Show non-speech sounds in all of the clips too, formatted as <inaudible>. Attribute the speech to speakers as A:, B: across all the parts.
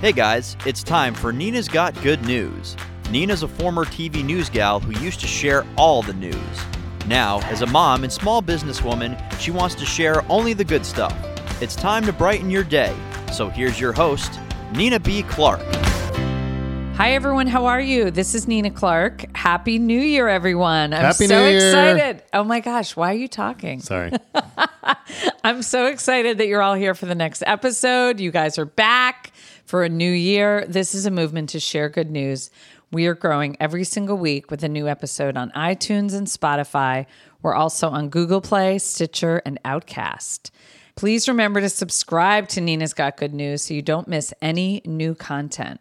A: Hey guys, it's time for Nina's Got Good News. Nina's a former TV news gal who used to share all the news. Now, as a mom and small businesswoman, she wants to share only the good stuff. It's time to brighten your day. So here's your host, Nina B. Clark.
B: Hi, everyone. How are you? This is Nina Clark. Happy New Year, everyone. I'm
C: Happy
B: so
C: New Year.
B: excited. Oh my gosh, why are you talking? <laughs>
C: Sorry.
B: I'm so excited that you're all here for the next episode. You guys are back for a new year. This is a movement to share good news. We are growing every single week with a new episode on iTunes and Spotify. We're also on Google Play, Stitcher, and Outcast. Please remember to subscribe to Nina's Got Good News so you don't miss any new content.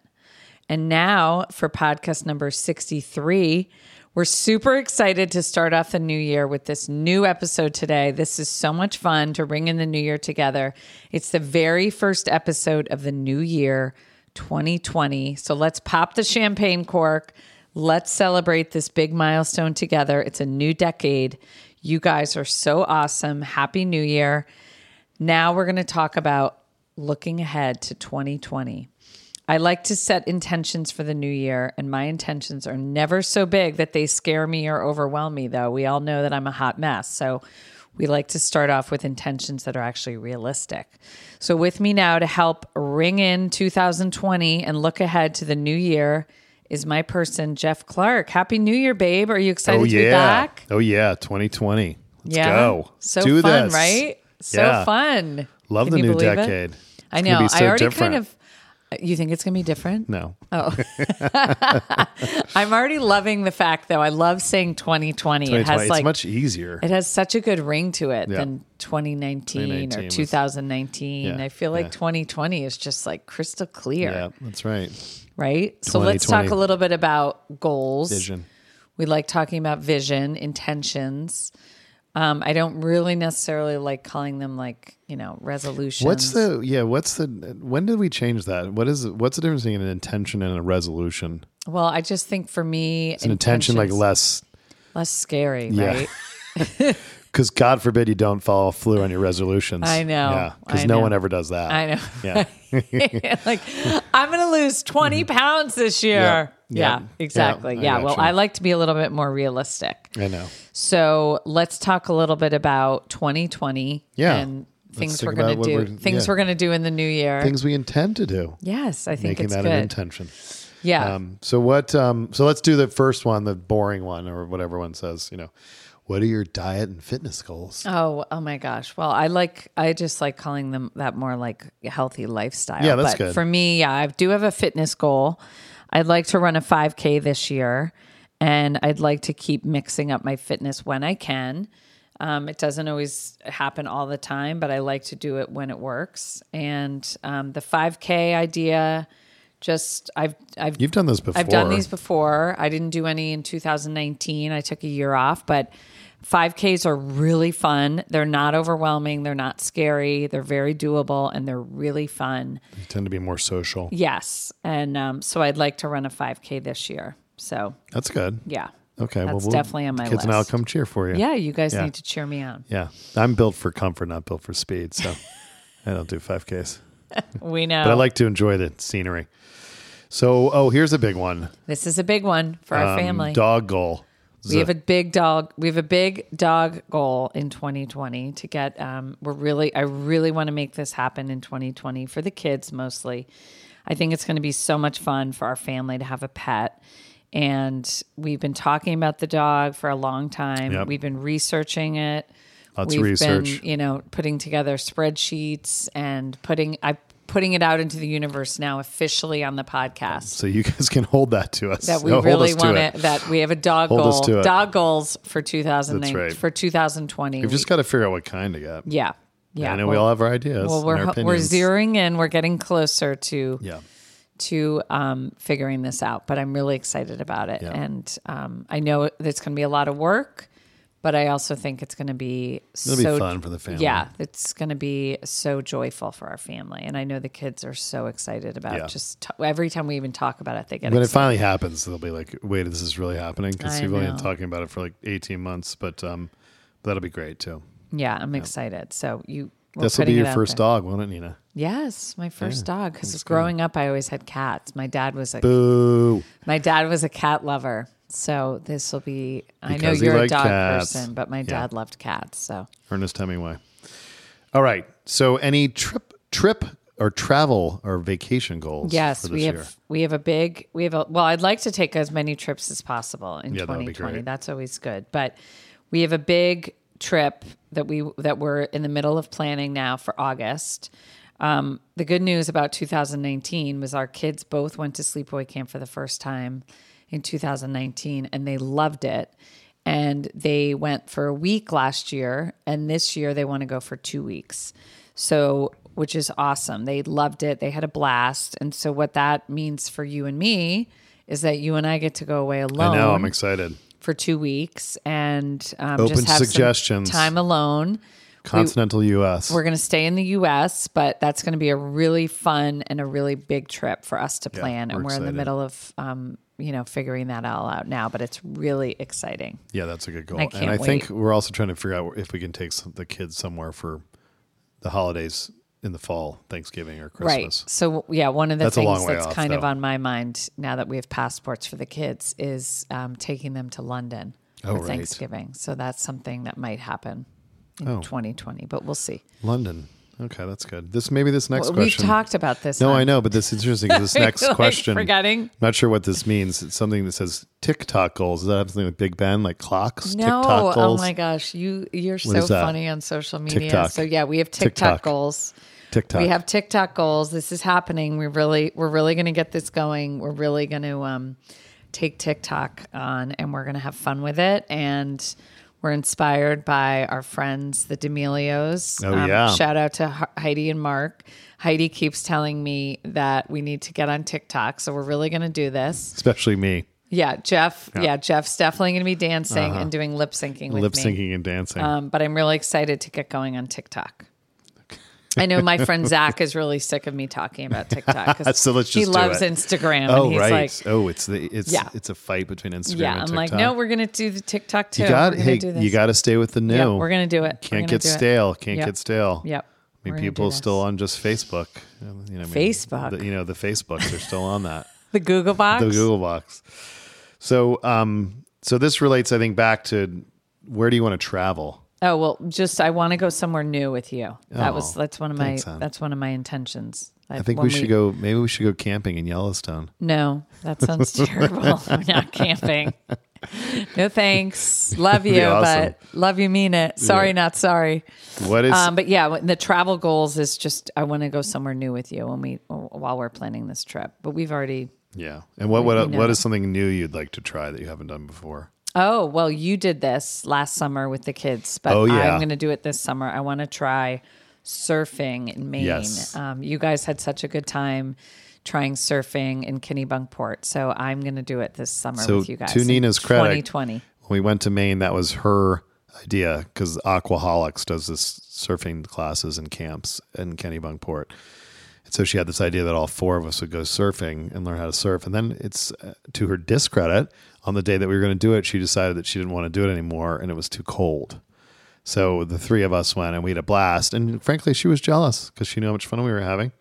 B: And now for podcast number 63, we're super excited to start off the new year with this new episode today. This is so much fun to ring in the new year together. It's the very first episode of the new year 2020. So let's pop the champagne cork. Let's celebrate this big milestone together. It's a new decade. You guys are so awesome. Happy New Year. Now we're going to talk about looking ahead to 2020. I like to set intentions for the new year, and my intentions are never so big that they scare me or overwhelm me, though. We all know that I'm a hot mess. So we like to start off with intentions that are actually realistic. So, with me now to help ring in 2020 and look ahead to the new year is my person, Jeff Clark. Happy New Year, babe. Are you excited
C: oh
B: to be
C: yeah.
B: back?
C: Oh yeah. 2020. Let's go.
B: So
C: Do
B: fun,
C: this.
B: right? So
C: Yeah.
B: fun.
C: Love
B: Can
C: the
B: you
C: new
B: believe it?
C: decade.
B: I
C: It's gonna
B: know.
C: be so
B: I already
C: different.
B: kind of. Oh, You think it's going to be different?
C: No.
B: I'm already loving the fact, though. I love saying 2020. It
C: 2020.
B: has
C: It's
B: like
C: much easier.
B: it has such a good ring to it
C: Yeah.
B: than 2019,
C: 2019
B: or
C: was-
B: 2019.
C: Yeah,
B: I feel like
C: yeah.
B: 2020 is just like crystal clear,
C: yeah, that's right.
B: right? So let's talk
C: 2020.
B: a little bit about goals.
C: Vision.
B: We like talking about vision, intentions. Um, I don't really necessarily like calling them like you know resolutions.
C: What's the yeah? What's the when did we change that? What is what's the difference between an intention and a resolution?
B: Well, I just think for me,
C: It's an intention like less
B: less scary,
C: Yeah.
B: right?
C: <laughs> because God forbid you don't follow through on your resolutions.
B: I know.
C: Yeah,
B: I
C: because no
B: know.
C: one ever does that.
B: I know.
C: Yeah,
B: <laughs> like I'm going to lose 20 pounds this year.
C: Mm-hmm. Yeah.
B: Yeah, exactly.
C: Yeah, I
B: Yeah, well,
C: gotcha.
B: I like to be a little bit more realistic. <laughs>
C: I know.
B: So, let's talk a little bit about 2020
C: Yeah.
B: and
C: Let's
B: things
C: think
B: we're going
C: about
B: to
C: what
B: do.
C: we're-
B: things
C: yeah.
B: we're going to do in the new year.
C: Things we intend to do,
B: yes, I think
C: making
B: it's
C: that an
B: good.
C: intention.
B: yeah.
C: Um, so what? Um, so let's do the first one, the boring one, or what everyone says. You know, what are your diet and fitness goals?
B: Oh, oh my gosh. Well, I like I just like calling them that more like healthy lifestyle.
C: Yeah, that's
B: but
C: good.
B: For me, yeah, I do have a fitness goal. I'd like to run a 5K this year, and I'd like to keep mixing up my fitness when I can. Um, it doesn't always happen all the time, but I like to do it when it works. And um, the 5K idea, just I've I've
C: You've done this before.
B: I've done these before. I didn't do any in 2019. I took a year off, but 5Ks are really fun. They're not overwhelming, they're not scary, they're very doable, and they're really fun.
C: You tend to be more social.
B: Yes. And um, so I'd like to run a 5K this year. So,
C: That's good.
B: yeah.
C: Okay.
B: That's definitely on my
C: kids and I'll
B: list.
C: come cheer for you.
B: Yeah, you guys
C: Yeah.
B: need to cheer me on.
C: Yeah. I'm built for comfort, not built for
B: <laughs>
C: speed. So I don't do 5Ks,
B: We know.
C: but I like to enjoy the scenery. So, oh, here's a big one.
B: this is a big one for our
C: Um,
B: family.
C: Dog goal.
B: We have a big dog. We have a big dog goal in 2020 to get. Um, we're really, I really want to make this happen in 2020 for the kids mostly. I think it's going to be so much fun for our family to have a pet. And we've been talking about the dog for a long time.
C: Yep.
B: We've been researching it.
C: Lots of
B: we've
C: research.
B: Been, you know, putting together spreadsheets and putting I putting it out into the universe now officially on the podcast
C: so you guys <laughs> can hold that to us.
B: that we
C: Hold
B: really
C: us to
B: want it. That we have a dog
C: Hold us
B: goal.
C: to it.
B: Dog goals for 2009
C: That's right.
B: for 2020.
C: We've just got to figure out what kind to get.
B: yeah, yeah.
C: I know
B: well,
C: we all have our ideas.
B: well,
C: and
B: we're
C: our
B: ho- we're
C: opinions.
B: zeroing in. We're getting closer to
C: Yeah.
B: to um, figuring this out. But I'm really excited about it,
C: Yeah.
B: and um, I know that it's going to be a lot of work. But I also think it's going to be
C: It'll
B: so
C: be fun for the family.
B: yeah, it's going to be so joyful for our family, and I know the kids are so excited about
C: Yeah.
B: just t- every time we even talk about it, they get
C: When it
B: excited.
C: finally happens, they'll be like, wait, this is really happening? Because
B: I
C: we've only been
B: know.
C: talking about it for like 18 months, but um, that'll be great too.
B: Yeah, I'm excited. So you
C: This will be
B: putting
C: your
B: it out
C: first
B: there.
C: dog, won't it, Nina?
B: Yes, my first dog. Because growing up, I always had cats. My dad was a
C: Boo.
B: my dad was a cat lover. So this will be. I know
C: Because he
B: you're a
C: liked
B: dog
C: cats.
B: person, but my
C: Yeah.
B: dad loved cats. So
C: Ernest Hemingway. All right. So any trip trip or travel or vacation goals?
B: yes,
C: for this
B: we have
C: year?
B: we have a big we have a well. I'd like to take as many trips as possible in
C: Yeah, that would be
B: 2020.
C: great.
B: That's always good. But we have a big trip that we that we're in the middle of planning now for August. Um, the good news about 2019 was our kids both went to sleepaway camp for the first time in 2019, and they loved it. And they went for a week last year, and this year they want to go for two weeks. So, which is awesome. They loved it. They had a blast. And so, what that means for you and me is that you and I get to go away alone
C: I know, I'm excited.
B: for two weeks and um,
C: Open
B: just have some
C: suggestions.
B: time alone.
C: Continental US.
B: We're going to stay in the U.S., but that's going to be a really fun and a really big trip for us to plan.
C: we're
B: and we're in the
C: excited.
B: middle of, um, you know, figuring that all out now. But it's really exciting.
C: yeah, that's a good goal.
B: I
C: and
B: can't
C: I think
B: wait.
C: we're also trying to figure out if we can take some, the kids somewhere for the holidays in the fall, Thanksgiving or Christmas.
B: Right. So yeah, one of the
C: That's a long
B: things
C: way
B: that's
C: off,
B: kind of
C: though.
B: on my mind now that we have passports for the kids is um, taking them to London
C: Oh,
B: for
C: right.
B: Thanksgiving. So that's something that might happen in
C: Oh.
B: 2020, but we'll see.
C: London. Okay, that's good. This maybe this next
B: Well, we've
C: question.
B: talked about this.
C: no,
B: on-
C: I know, but this is
B: <laughs>
C: interesting. 'cause This next
B: Like,
C: question,
B: forgetting.
C: not sure what this means. It's something that says TikTok goals. Does that have something with Big Ben, like clocks?
B: No, oh
C: TikTok goals.
B: my gosh, you you're so
C: is that?
B: funny on social media.
C: TikTok.
B: So yeah, we have TikTok,
C: TikTok.
B: goals.
C: TikTok.
B: We have TikTok goals. This is happening. We really we're really going to get this going. We're really going to um, take TikTok on, and we're going to have fun with it. And we're inspired by our friends, the D'Amelios. Um,
C: Oh, yeah.
B: Shout out to H- Heidi and Mark. Heidi keeps telling me that we need to get on TikTok, so we're really going to do this.
C: especially me.
B: Yeah, Jeff. Yeah, Jeff's definitely going to be dancing and doing lip syncing. with
C: Uh-huh. lip
B: me.
C: syncing and dancing.
B: Um, but I'm really excited to get going on
C: <laughs>
B: TikTok. I know my friend Zach is really sick of me talking about TikTok 'cause
C: <laughs> So let's
B: he
C: just do
B: loves
C: it.
B: Instagram.
C: oh
B: and he's
C: right.
B: like,
C: oh, it's the it's
B: Yeah.
C: it's a fight between Instagram
B: yeah,
C: and
B: I'm
C: TikTok.
B: like, no, we're going to do the TikTok too.
C: you got
B: we're gonna
C: hey,
B: do this.
C: you got to stay with the new.
B: Yeah, we're going to do it. We're
C: Can't
B: gonna
C: get
B: do it.
C: stale. Can't
B: Yep.
C: get stale.
B: Yep.
C: I mean,
B: We're gonna do
C: people are
B: this.
C: still on just Facebook. You know, I mean,
B: Facebook.
C: the- you know, the Facebooks are still
B: <laughs>
C: on that.
B: the Google box.
C: the Google box. So, um, so this relates, I think, back to where do you want to travel?
B: Oh well, just I want to go somewhere new with you. that was
C: Oh,
B: that's one of
C: thanks,
B: my
C: hon.
B: that's one of my intentions.
C: I think we, should go. Maybe we should go camping in Yellowstone.
B: No, that sounds terrible. <laughs> We're not camping. No thanks. Love you,
C: awesome.
B: but love you mean it. Sorry, not sorry.
C: What is?
B: Um, but yeah, when the travel goals is just I want to go somewhere new with you when we while we're planning this trip. But we've already.
C: yeah, and what what
B: know
C: what
B: that.
C: is something new you'd like to try that you haven't done before?
B: Oh well, you did this last summer with the kids, but
C: Oh, yeah.
B: I'm going to do it this summer. I want to try surfing in Maine.
C: Yes.
B: Um, you guys had such a good time trying surfing in Kennebunkport, so I'm going to do it this summer
C: So
B: with you guys.
C: to
B: in
C: Nina's credit,
B: 2020.
C: When we went to Maine, that was her idea because Aquaholics does this surfing classes and camps in Kennebunkport. And so she had this idea that all four of us would go surfing and learn how to surf. And then it's uh, to her discredit, on the day that we were going to do it, she decided that she didn't want to do it anymore and it was too cold. So the three of us went and we had a blast. And frankly, she was jealous because she knew how much fun we were having.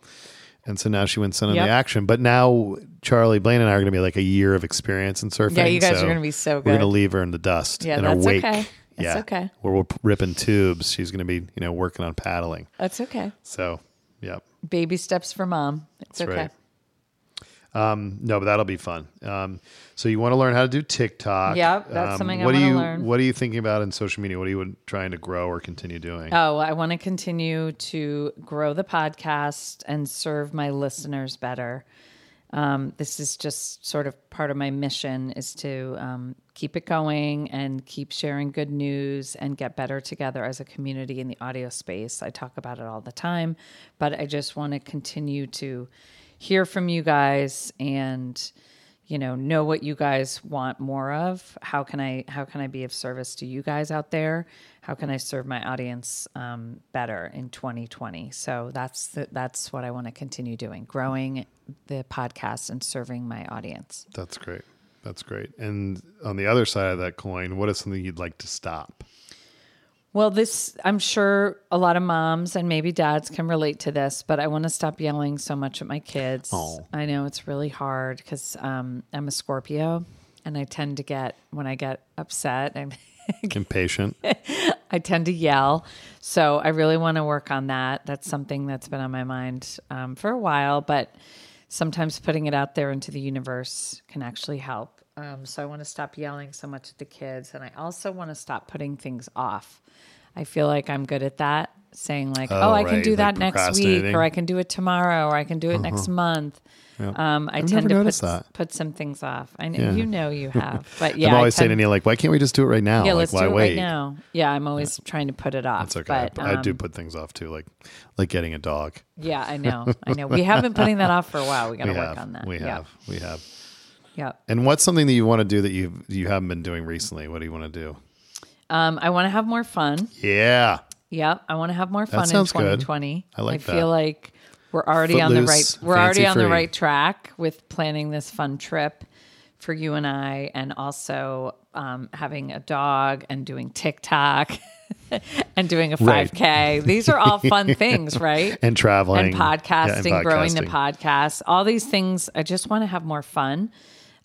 C: And so now she went send on
B: Yep.
C: the action. But now Charlie, Blaine, and I are going to be like a year of experience in surfing.
B: Yeah, you guys
C: so
B: are gonna be so
C: We're going to
B: good.
C: leave her in the dust.
B: Yeah,
C: in her
B: that's
C: wake.
B: okay. That's
C: yeah,
B: okay.
C: Where we're p- ripping tubes. She's going to be, you know, working on paddling.
B: That's okay.
C: So, yeah.
B: Baby steps for mom. It's
C: That's
B: okay.
C: right. No, but that'll be fun. Um, so you want to learn how to do TikTok. Um,
B: Yep, that's something I
C: what do
B: wanna
C: you,
B: learn.
C: What are you thinking about in social media? What are you trying to grow or continue doing?
B: Oh, I want to continue to grow the podcast and serve my listeners better. Um, this is just sort of part of my mission is to um, keep it going and keep sharing good news and get better together as a community in the audio space. I talk about it all the time, but I just want to continue to hear from you guys and you know know what you guys want more of how can i how can i be of service to you guys out there how can i serve my audience um, better in 2020 so that's the, that's what i want to continue doing growing the podcast and serving my audience
C: That's great.
B: <laughs>
C: That's great. And on the other side of that coin, what is something you'd like to stop?
B: Well, this, I'm sure a lot of moms and maybe dads can relate to this, but I want to stop yelling so much at my kids.
C: Oh.
B: I know it's really hard because um, I'm a Scorpio and I tend to get, when I get upset, I'm, <laughs>
C: Impatient.
B: I tend to yell. So I really want to work on that. That's something that's been on my mind um, for a while, but sometimes putting it out there into the universe can actually help. Um, so I want to stop yelling so much at the kids. And I also want to stop putting things off. I feel like I'm good at that, saying, like, oh,
C: Oh,
B: I can
C: right,
B: do
C: like
B: that next week,
C: procrastinating. Uh-huh.
B: or I can do it tomorrow, or I can do it next month. Um, I tend
C: never
B: to put,
C: noticed that.
B: put some things off. I know you know
C: <laughs>
B: you have, but yeah,
C: I'm
B: I tend-
C: always saying to Neil, like, why can't we just do it right now?
B: yeah,
C: like,
B: let's
C: why
B: do it
C: wait?
B: right now. Yeah, I'm always trying to put it off.
C: It's okay.
B: But,
C: I, I do
B: um,
C: put things off too, like like getting a dog.
B: Yeah,
C: <laughs>
B: I know. I know. We have been putting that off for a while. We got to
C: We
B: work
C: have.
B: on that.
C: We
B: yeah.
C: have. We have.
B: Yeah.
C: And what's something that you want to do that you you haven't been doing recently? What do you want to do?
B: Um, I want to have more fun.
C: Yeah.
B: Yep. I want to have more fun in
C: sounds good.
B: 2020.
C: I like
B: I
C: that.
B: feel like we're already on the right.
C: Footloose,
B: We're already on the
C: fancy-free.
B: right track with planning this fun trip for you and I, and also um, having a dog and doing TikTok <laughs> and doing a 5K. These are all
C: <laughs>
B: fun things, right?
C: And traveling
B: and podcasting,
C: Yeah, and
B: growing the
C: podcasting.
B: podcast, all these things. I just want to have more fun.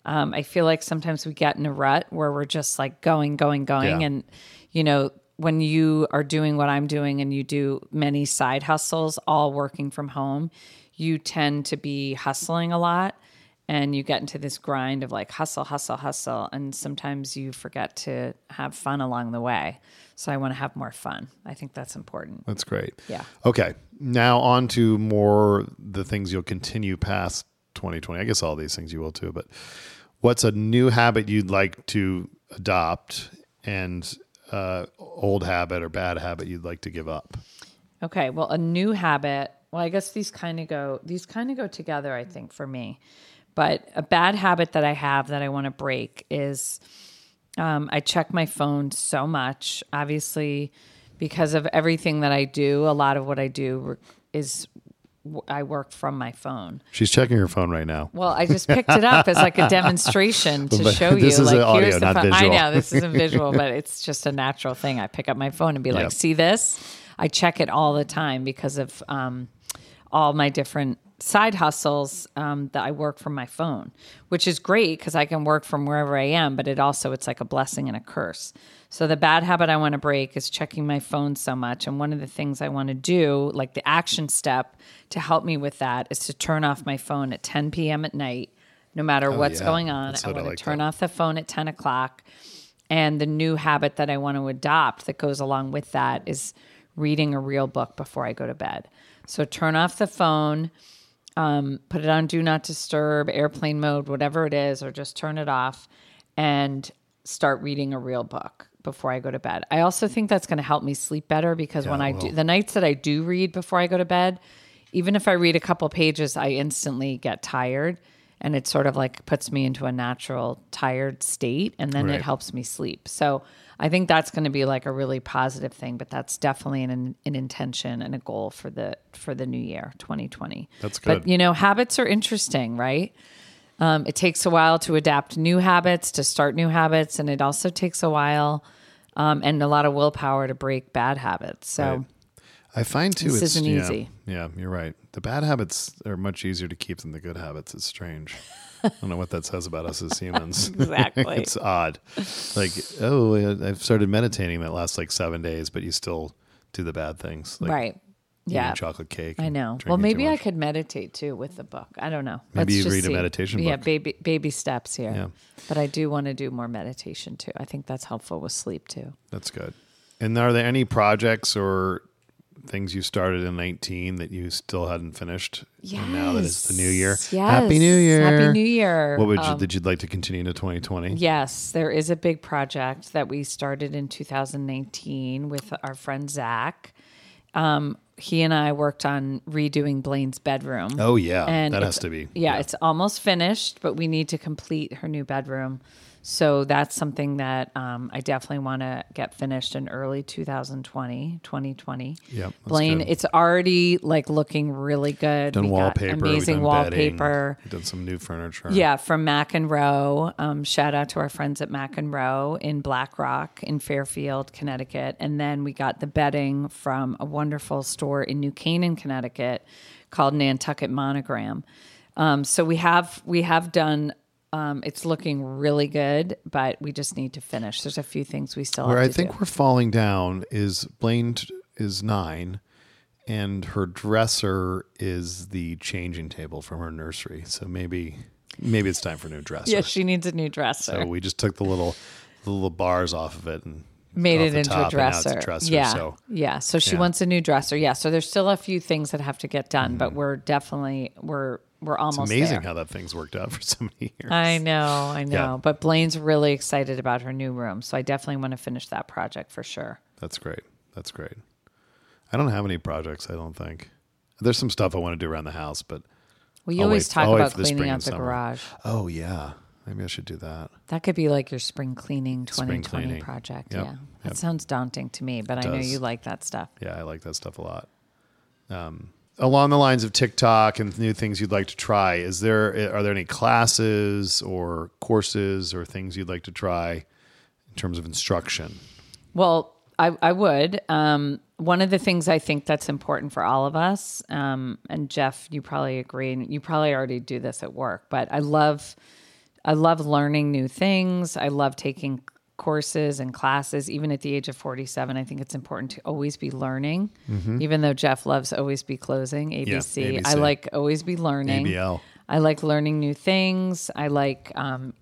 B: Um, I feel like sometimes we get in a rut where we're just like going, going, going,
C: Yeah.
B: and you know when you are doing what I'm doing and you do many side hustles, all working from home, you tend to be hustling a lot. And you get into this grind of like hustle, hustle, hustle. And sometimes you forget to have fun along the way. So I want to have more fun. I think that's important.
C: That's great.
B: Yeah.
C: Okay. Now on to more the things you'll continue past 2020. I guess all these things you will too, but what's a new habit you'd like to adopt and uh, old habit or bad habit you'd like to give up?
B: Okay, well, a new habit. Well, I guess these kind of go these kind of go together, I think, for me. But a bad habit that I have that I want to break is um, I check my phone so much. Obviously, because of everything that I do, a lot of what I do re- is w- I work from my phone.
C: She's checking her phone right now.
B: Well, I just picked it up as like
C: <laughs>
B: a demonstration to
C: But
B: show
C: this
B: you.
C: is
B: like,
C: an audio, not
B: phone. I
C: visual.
B: know this isn't visual, but it's just a natural thing. I pick up my phone and be like,
C: Yep.
B: "See this?" I check it all the time because of um, all my different side hustles um, that I work from my phone, which is great because I can work from wherever I am. But it also it's like a blessing and a curse. So the bad habit I want to break is checking my phone so much. And one of the things I want to do, like the action step to help me with that, is to turn off my phone at 10 p.m. at night no matter what's
C: Oh, yeah.
B: going on.
C: That's
B: I
C: what I
B: want to
C: like
B: turn off the phone at 10 o'clock. And the new habit that I want to adopt that goes along with that is reading a real book before I go to bed. So turn off the phone, um, put it on do not disturb, airplane mode, whatever it is, or just turn it off and start reading a real book before I go to bed. I also think that's going to help me sleep better because when I do the nights that I do read before I go to bed, even if I read a couple pages, I instantly get tired and it sort of like puts me into a natural tired state and then it
C: Right.
B: helps me sleep. So I think that's going to be like a really positive thing, but that's definitely an an intention and a goal for the for the new year, 2020.
C: That's
B: But
C: good.
B: you know, habits are interesting, right? Um, it takes a while to adapt new habits, to start new habits, and it also takes a while um, and a lot of willpower to break bad habits. So
C: Right. I find too
B: This
C: it's
B: isn't
C: yeah,
B: easy.
C: Yeah, you're right. The bad habits are much easier to keep than the good habits. It's strange. I don't know what that says about us as humans.
B: <laughs>
C: <laughs>
B: Exactly.
C: it's odd. Like, oh, I- I've started meditating that lasts like seven days, but you still do the bad things. Like
B: right,
C: eating
B: yeah,
C: chocolate cake.
B: I
C: and
B: know.
C: drinking
B: Well,
C: too
B: maybe I
C: much.
B: could meditate too with the book. I don't know.
C: Maybe you
B: just
C: read a meditation
B: Yeah,
C: book.
B: baby baby steps here.
C: Yeah.
B: But I do want to do more meditation too. I think that's helpful with sleep too.
C: That's good. And are there any projects or things you started in 19 that you still hadn't finished? And now that it's the new year.
B: Yes.
C: Happy New Year.
B: Happy New Year. Um,
C: What would you, that you'd like to continue into 2020?
B: Yes, there is a big project that we started in 2019 with our friend Zach. Um, he and I worked on redoing Blaine's bedroom.
C: Oh yeah,
B: and
C: that
B: it's-
C: has to be.
B: Yeah, it's almost finished, but we need to complete her new bedroom. So that's something that um, I definitely want to get finished in early 2020, 2020.
C: Yep, that's
B: Blaine,
C: good.
B: it's already like looking really good.
C: Done
B: We got
C: wallpaper, we've
B: amazing
C: done bedding,
B: wallpaper.
C: we've done some new furniture.
B: Yeah, from Mac and Row. Um, shout out to our friends at Mac and Row in Black Rock in Fairfield, Connecticut. And then we got the bedding from a wonderful store in New Canaan, Connecticut, called Nantucket Monogram. Um, so we have we have done. Um, it's looking really good, but we just need to finish. There's a few things we still
C: Where
B: have
C: I
B: to
C: think
B: do.
C: we're falling down is Blaine t- is nine, and her dresser is the changing table from her nursery. So maybe maybe it's time for a new
B: <laughs>
C: dresser.
B: Yeah, she needs a new dresser.
C: So we just took the little the little bars off of it and
B: made
C: off
B: it
C: the
B: into a
C: top, and now it's
B: dresser.
C: dresser,
B: yeah,
C: So
B: yeah. So she wants a new dresser. Yeah. So there's still a few things that have to get done, but we're definitely we're we're almost
C: Mm-hmm. amazing
B: there.
C: how that thing's worked out for so many <laughs> years.
B: I know, I know.
C: Yeah.
B: But Blaine's really excited about her new room, so I definitely want to finish that project for sure.
C: That's great. That's great. I don't have any projects. I don't think there's some stuff I want to do around the house, but
B: Well, you
C: I'll
B: always
C: wait-
B: talk
C: I'll wait
B: about
C: for the
B: cleaning
C: spring
B: out
C: and
B: the
C: summer.
B: garage.
C: oh yeah, maybe I should do that.
B: That could be like your spring cleaning 2020
C: cleaning.
B: project.
C: Yep,
B: Yeah. That sounds daunting to me, but I know
C: does.
B: you like that stuff.
C: Yeah, I like that stuff a lot. Um, along the lines of TikTok and new things you'd like to try, is there eh, are there any classes or courses or things you'd like to try in terms of instruction?
B: Well, I, I would. Um, one of the things I think that's important for all of us, um, and Jeff, you probably agree, and you probably already do this at work, but I love, I love learning new things. I love taking courses and classes, even at the age of forty-seven. I think it's important to always be learning. Even though Jeff loves always be closing ABC, I
C: ABC.
B: like always be learning.
C: ABL.
B: I like learning new things. I like um,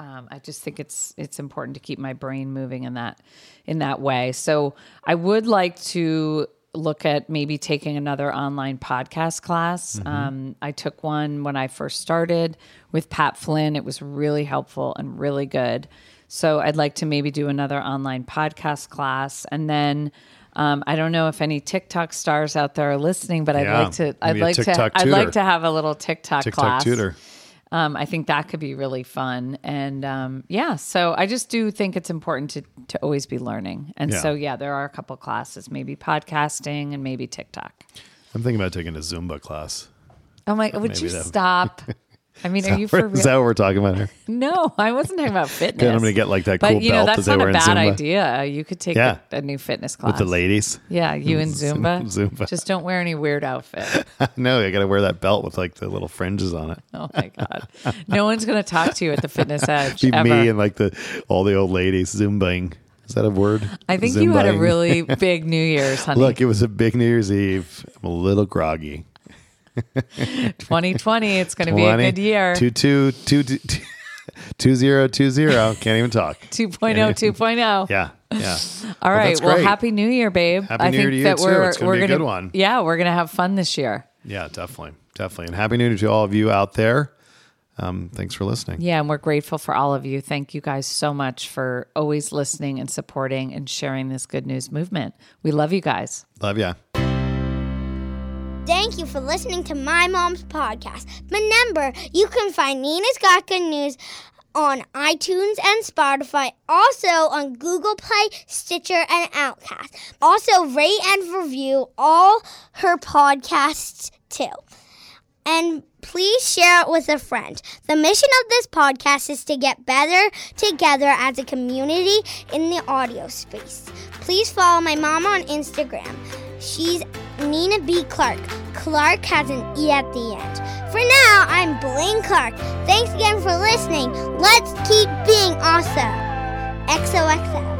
B: um, I just think it's it's important to keep my brain moving in that in that way. So I would like to look at maybe taking another online podcast class.
C: Mm-hmm.
B: Um, I took one when I first started with Pat Flynn. It was really helpful and really good. So I'd like to maybe do another online podcast class, and then. Um, I don't know if any TikTok stars out there are listening, but I'd
C: Yeah,
B: like to. I'd
C: maybe a
B: like to.
C: TikTok
B: I'd
C: tutor.
B: like to have a little TikTok,
C: TikTok
B: class.
C: tutor.
B: Um, I think that could be really fun. And um, yeah, so I just do think it's important to, to always be learning. And
C: Yeah.
B: so, yeah, there are a couple classes, maybe podcasting and maybe TikTok.
C: I'm thinking about taking a Zumba class.
B: Oh my, would
C: Maybe
B: you
C: that-
B: stop? I mean, are you for real?
C: <laughs> Is that what we're talking about here?
B: no, I wasn't talking about fitness.
C: Then I'm gonna get like that cool
B: but you know,
C: belt that
B: that's
C: they
B: not
C: wear
B: a
C: in
B: bad
C: Zumba
B: idea. You could take
C: Yeah.
B: a, a new fitness class.
C: with the ladies. <laughs>
B: Yeah, you and Zumba.
C: Zumba.
B: Just don't wear any weird outfit.
C: no, I got to wear that belt with like the little fringes on it.
B: Oh my god, no one's going to talk to you at the fitness edge
C: <laughs> Be
B: ever.
C: me and like the all the old ladies zumbaing. Is that a word?
B: I think you had a
C: Zumbaing.
B: really big New
C: <laughs>
B: Year's, honey.
C: Look, it was a big New Year's Eve. I'm a little groggy.
B: 2020, it's going to be a good year.
C: Two, two, two, two, two, two zero, two zero. Can't even talk.
B: <laughs> 2.0, 2.0.
C: Yeah, yeah.
B: oh. All right.
C: that's
B: well,
C: great.
B: happy New Year, babe.
C: Happy New Year to you, too. It's gonna be a good one.
B: Yeah, we're going to have fun this year.
C: Yeah, definitely, definitely. And happy New Year to all of you out there. Um, thanks for listening.
B: Yeah, and we're grateful for all of you. Thank you guys so much for always listening and supporting and sharing this good news movement. We love you guys.
C: Love ya.
D: Thank you for listening to my mom's podcast. Remember, you can find Nina's Got Good News on iTunes and Spotify, also on Google Play, Stitcher, and Outcast. Also, rate and review all her podcasts too. And please share it with a friend. The mission of this podcast is to get better together as a community in the audio space. Please follow my mom on Instagram. She's Nina B. Clark. Clark has an E at the end. For now, I'm Blaine Clark. Thanks again for listening. Let's keep being awesome. XOXO.